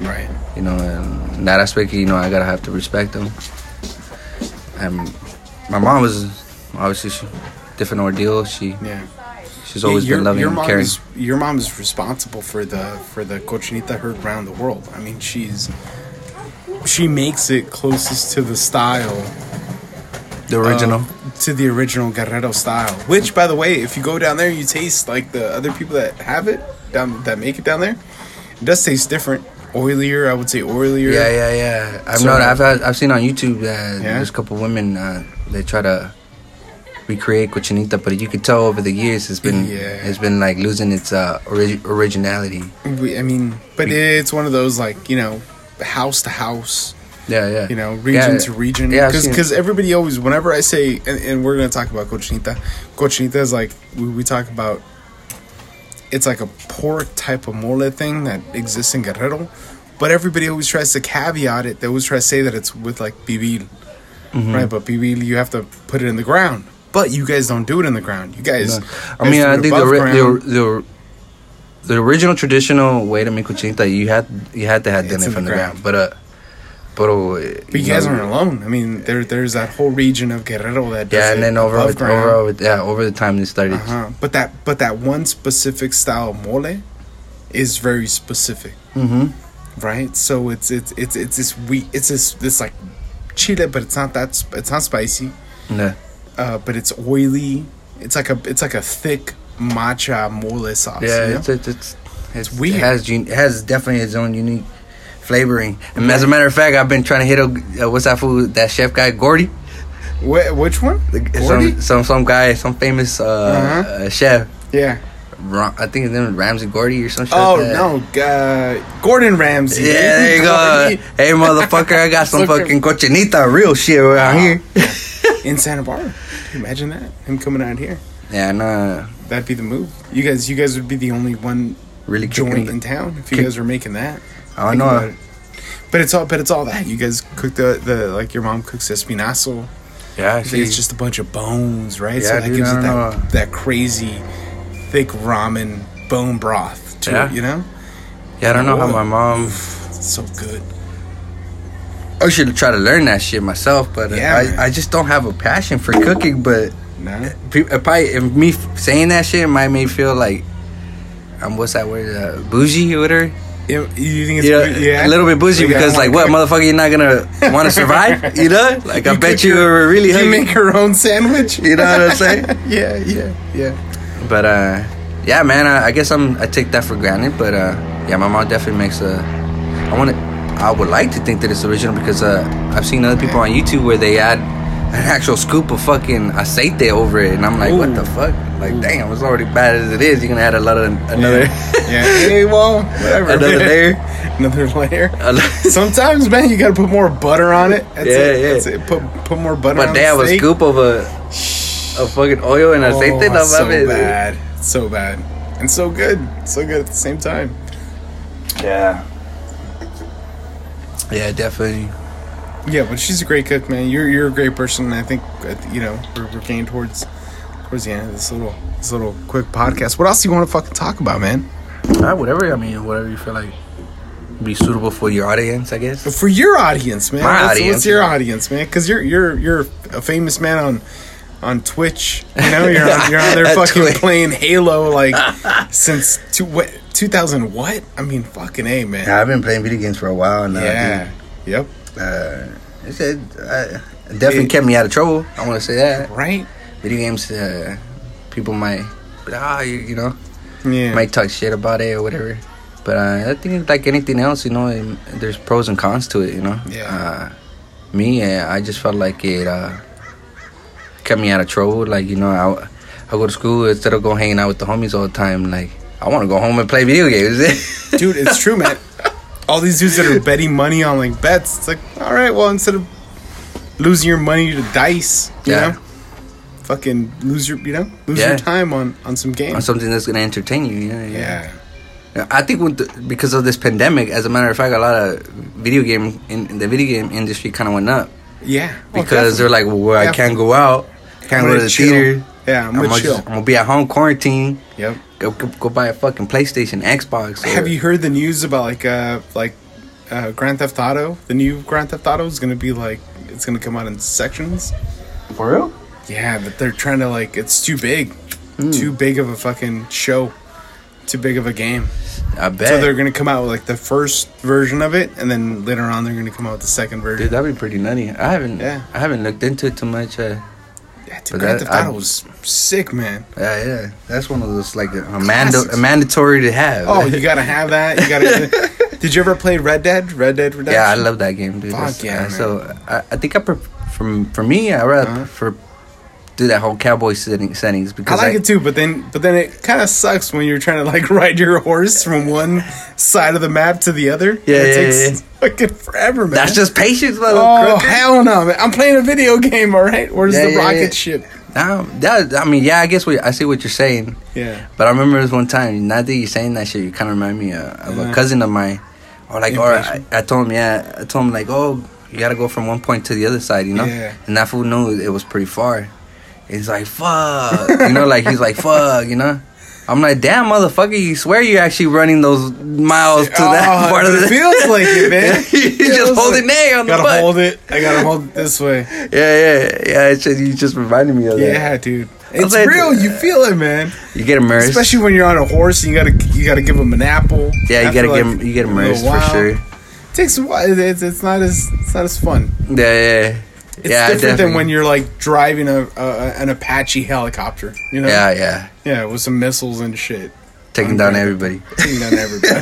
A: Right.
B: you know, and in that aspect, you know, I gotta have to respect them. And my mom was obviously she, different ordeal. She
A: Yeah.
B: she's always
A: Yeah, your,
B: been loving
A: your
B: and
A: mom
B: caring.
A: Is, your mom is responsible for the for the cochinita herd around the world. I mean, she's she makes it closest to the style
B: the original.
A: to the original Guerrero style. Which, by the way, if you go down there, you taste like the other people that have it down that make it down there. It does taste different, oilier. I would say oilier.
B: yeah, yeah, yeah. I've
A: So-
B: known. I've had- I've seen on YouTube that
A: Yeah?
B: there's a couple women uh, they try to recreate cochinita, but you could tell over the years it's been
A: Yeah.
B: it's been like losing its uh, ori- originality.
A: We, I mean, but it's one of those like you know, house to house.
B: Yeah, yeah.
A: you know, region
B: Yeah.
A: to region.
B: Yeah, I've
A: because
B: seen-
A: everybody always, whenever I say, and, and we're gonna talk about cochinita, cochinita is like we, we talk about. It's like a pork type of mole thing that exists in Guerrero, but everybody always tries to caveat it. They always try to say that it's with like bibil,
B: Mm-hmm.
A: right? But bibil, you have to put it in the ground. But you guys don't do it in the ground. You guys,
B: No. I mean, I think the, ri- the,
A: original
B: or- the or- the original traditional way to make cochinita, you had you had to have done
A: It's
B: it
A: in
B: from
A: the
B: the ground. But uh, but uh,
A: But you guys aren't alone. I mean, there there's that whole region of Guerrero that does
B: Yeah, and
A: it
B: then over
A: above
B: with,
A: ground.
B: over over yeah over the time they started.
A: Uh-huh. But that but that one specific style of mole is very specific,
B: Mm-hmm.
A: right? So it's it's it's it's this wheat it's this this like chile, but it's not that sp- it's not spicy,
B: Yeah.
A: uh, but it's oily. It's like a it's like a thick matcha mole sauce.
B: Yeah,
A: you know?
B: it's, it's, it's, it's
A: weird.
B: It has, un- it has definitely its own unique flavoring. And as a matter of fact, I've been trying to hit a, uh, what's that food, that chef guy, Gordy?
A: Wh- which one?
B: The-
A: Gordy?
B: Some, some, some guy, some famous uh,
A: Uh-huh.
B: uh, chef.
A: Yeah.
B: Ra- I think his name is Ramsey Gordy or some shit.
A: Oh
B: like that.
A: no, uh, Gordon Ramsay.
B: Yeah, there you
A: Gordy.
B: go. Hey, motherfucker, I got some
A: Look at-
B: fucking cochinita, real shit around here.
A: In Santa Barbara, imagine that him coming out here.
B: Yeah, nah,
A: That'd be the move. You guys, you guys would be the only one
B: really
A: joint in
B: kicking.
A: town if you
B: kick-
A: guys were making that.
B: I don't
A: Think about
B: know.
A: it. But it's all, but it's all that you guys cook the the like your mom cooks espinazo.
B: Yeah,
A: I think
B: she,
A: it's just a bunch of bones, right? so
B: Yeah,
A: that
B: dude,
A: gives
B: I
A: it
B: don't
A: that that crazy thick ramen bone broth to
B: Yeah.
A: it. You know,
B: yeah, I don't know how
A: Oh.
B: my mom.
A: it's so good.
B: I should try to learn that shit myself, but uh,
A: Yeah, man.
B: I, I just don't have a passion for cooking. But
A: No,
B: pe- it probably if me f- saying that shit might make me feel like I'm what's that word, uh, bougie or whatever.
A: you, you think it's
B: Yeah,
A: good? yeah,
B: a little bit bougie
A: You guys
B: because
A: wanna
B: like what,
A: cook-
B: motherfucker, you're not gonna want to survive, you know? Like I
A: You
B: bet
A: cook
B: you
A: your-
B: were really
A: You
B: hungry.
A: make your own sandwich.
B: You know what I'm saying?
A: yeah, yeah, yeah.
B: But uh, yeah, man, I, I guess I'm I take that for granted. But uh, yeah, my mom definitely makes a. I want to. I would like to think that it's original because uh, I've seen other people on YouTube where they add an actual scoop of fucking aceite over it, and I'm like, what the fuck? Like, damn, it's already bad as it is. You're gonna add a lot of another
A: Yeah, hey, well, whatever.
B: another layer.
A: another layer.
B: A lo-
A: Sometimes, man, you gotta put more butter on it. That's
B: Yeah,
A: it.
B: yeah.
A: That's it. Put put more butter.
B: But
A: on
B: damn,
A: the
B: a
A: steak.
B: scoop of a of fucking oil and
A: Oh,
B: aceite. no
A: it's so
B: mames.
A: bad, It's so bad, and so good, so good at the same time.
F: Yeah.
B: Yeah, definitely.
A: Yeah, but she's a great cook, man. You're you're a great person. and I think uh, you know we're, we're getting towards towards the end of this little this little quick podcast. What else do you want to fucking talk about, man?
B: All right, Ah, whatever. I mean, whatever you feel like be suitable for your audience, I guess.
A: For your audience, man.
B: My
A: what's, What's
B: audience.
A: your audience, man? Because you're you're you're a famous man on on Twitch. You know, you're on, you're on there
B: At
A: fucking
B: Twitch.
A: playing Halo like since two what two thousand what? I mean, fucking a man.
B: Yeah, I've been playing video games for a while now.
A: yeah. Yep.
B: dude. Uh, it's a, uh, it definitely
A: It-
B: kept me out of trouble. I want to say that.
A: Right.
B: Video games, uh, people might, but, ah, you, you know,
A: Yeah.
B: might talk shit about it or whatever. But uh, I think it's like anything else, you know, it, there's pros and cons to it, you know.
A: Yeah.
B: Uh, me, uh, I just felt like it uh, kept me out of trouble. Like you know, I I go to school instead of going hanging out with the homies all the time. Like I want to go home and play video games.
A: dude, it's true, man. All these dudes that are betting money on like bets, it's like, all right, well, instead of losing your money to dice, you
B: Yeah.
A: know, fucking lose your, you know, lose
B: Yeah.
A: your time on on some games.
B: or something that's gonna entertain you. You know?
A: yeah,
B: I think with the, because of this pandemic, as a matter of fact, a lot of video game in, in the video game industry kind of went up
A: yeah, Oh,
B: because they're like, well, I can't go out, can't
A: definitely. I'm
B: go
A: gonna
B: to the
A: chill.
B: theater.
A: Yeah, I'm,
B: I'm
A: gonna
B: gonna,
A: chill.
B: just- I'm gonna be at home quarantine.
A: Yep.
B: Go, go, go buy a fucking PlayStation, Xbox. or-
A: Have you heard the news about like uh like uh Grand Theft Auto? The new Grand Theft Auto is gonna be like it's gonna come out in sections.
B: for real?
A: Yeah, but they're trying to like it's too big,
B: Hmm.
A: too big of a fucking show, too big of a game.
B: I bet.
A: So they're gonna come out with like the first version of it, and then later on they're gonna come out with the second version.
B: Dude, that'd be pretty nutty. I haven't.
A: Yeah.
B: I haven't looked into it too much. Uh,
A: yeah, dude,
B: but
A: Grand
B: that-
A: Theft Auto
B: I-
A: was sick, man.
B: yeah, yeah. That's one of those like a, a,
A: Classics.
B: manda- a mandatory to have.
A: Oh, you gotta have that. You gotta. Did you ever play Red Dead? Red Dead Redemption.
B: yeah, I love that game, dude.
A: Fuck
B: That's-
A: yeah,
B: uh,
A: man.
B: So I, I think I pref- from for me, I rather
A: Uh-huh.
B: prefer do that whole cowboy setting, settings
A: I
B: because
A: like it too, but then but then it kind of sucks when you're trying to like ride your horse from one side of the map to the other.
B: Yeah,
A: it
B: yeah,
A: takes fucking forever, man.
B: That's just patience, little
A: oh
B: crooked.
A: hell no, man! I'm playing a video game, all right. Where's
B: Yeah,
A: the
B: yeah,
A: rocket
B: yeah.
A: ship?
B: Um, that, I mean, yeah, I guess what, I see what you're saying.
A: Yeah,
B: But I remember this one time. Now that you're saying that shit, you kind of remind me uh, of
A: Yeah.
B: a cousin of mine. Or like, or I,
A: Impatient.
B: I told him, yeah, I told him like, oh, you gotta go from one point to the other side, you know.
A: Yeah.
B: And that fool knew it was pretty far. He's like, fuck, you know, like he's like, fuck, you know. I'm like, damn, motherfucker, you swear you're actually running those miles to that
A: Oh,
B: part of
A: it
B: the.
A: feels like it, man.
B: you
A: It
B: just
A: feels
B: hold
A: like-
B: an A on the
A: Gotta
B: butt.
A: hold it. I gotta hold it this way.
B: Yeah, yeah, yeah. It's just, you just reminded me of that.
A: Yeah, dude. It's
B: like,
A: real. You feel it, man.
B: You get immersed.
A: Especially when you're on a horse and you gotta you gotta give him an apple.
B: yeah, you
A: After,
B: gotta get
A: like,
B: im- you get
A: a little
B: immersed for
A: while.
B: sure.
A: takes a while. It's, it's not as it's not as fun.
B: Yeah, yeah, yeah.
A: It's
B: yeah,
A: different
B: definitely.
A: than when you're like driving a, a an Apache helicopter. You know.
B: Yeah, yeah.
A: Yeah, with some missiles and shit.
B: Taking down everybody.
A: Taking down everybody.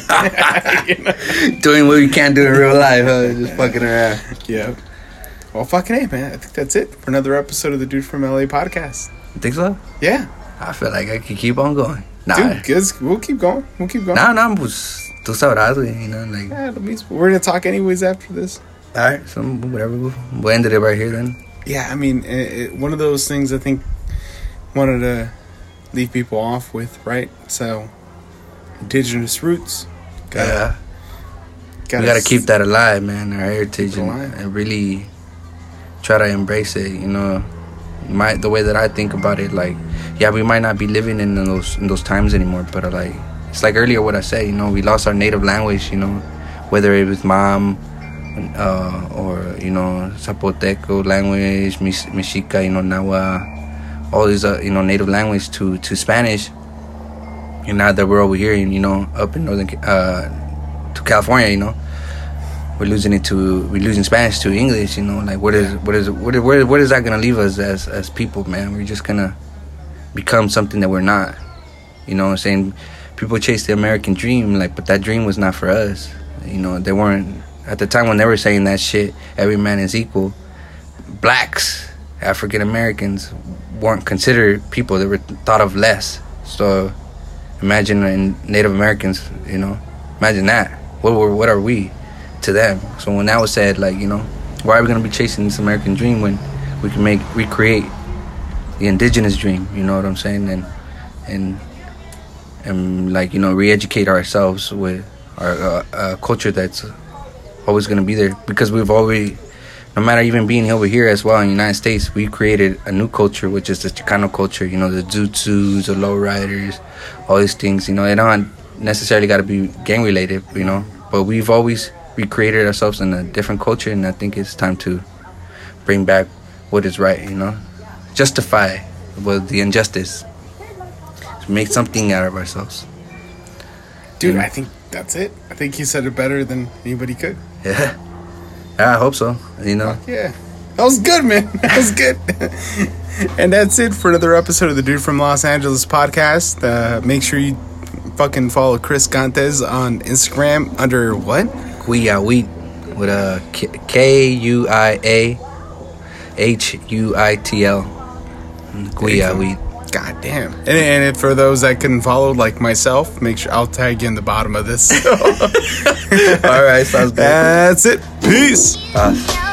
A: You know?
B: Doing what you can't do in real life, huh? Just fucking around.
A: Yeah. Well, fucking hey, man. I think that's it for another episode of the Dude from LA podcast.
B: You think so?
A: Yeah,
B: I feel like I could keep on going. Nah.
A: dude. Good. We'll keep going. We'll keep going.
B: Nah, nah, pues, tú sabrás, güey, you know, like,
A: Yeah, let me- we're gonna talk anyways after this.
B: alright, some, whatever, we'll, we'll end it right here then.
A: Yeah, I mean, it, it, one of those things I think wanted to leave people off with, right? So, indigenous roots. Gotta,
B: Yeah. we gotta keep that alive, man, our heritage,
A: Keep it
B: and,
A: alive.
B: and really try to embrace it, you know. My, the way that I think about it, like, yeah, we might not be living in those in those times anymore, but uh, like, it's like earlier what I said, you know, we lost our native language, you know, whether it was mom, uh, or you know Zapoteco language, Mis- Mexica, you know Nahua, all these uh, you know native language to to Spanish. And now that we're over here, and you know, up in northern Ca- uh, to California, you know, we're losing it to we're losing Spanish to English. You know, like what is what is what is, where, where is that gonna leave us as as people, man? We're just gonna become something that we're not. You know what I'm saying? People chase the American dream, like, but that dream was not for us. You know, they weren't at the time when they were saying that shit. Every man is equal. Blacks, African Americans, weren't considered people. They were thought of less. So, imagine in Native Americans. You know, imagine that. What were what are we to them? So when that was said, like, you know, why are we gonna be chasing this American dream when we can make recreate the indigenous dream? You know what I'm saying? And and and like you know re-educate ourselves with our uh, uh, culture that's always gonna be there because we've already, no matter even being over here as well in the United States, we created a new culture which is the Chicano culture. You know, the jutsus, the lowriders, all these things. You know, it don't necessarily got to be gang related. You know, but we've always recreated ourselves in a different culture, and I think it's time to bring back what is right. You know, justify what the injustice. Make something out of ourselves.
A: Dude, I think that's it. I think you said it better than anybody could.
B: Yeah. I hope so. You know.
A: Yeah. That was good, man. That was good. and that's it for another episode of the Dude from Los Angeles podcast. Uh, make sure you fucking follow Chris Gantes on Instagram under what?
B: Kuya Wheat with a K- K U I A H U I T L. Kuya Wheat.
A: God damn. And, and if for those that couldn't follow, like myself, make sure I'll tag you in the bottom of this.
B: All right, sounds good.
A: that's it. Peace.
G: you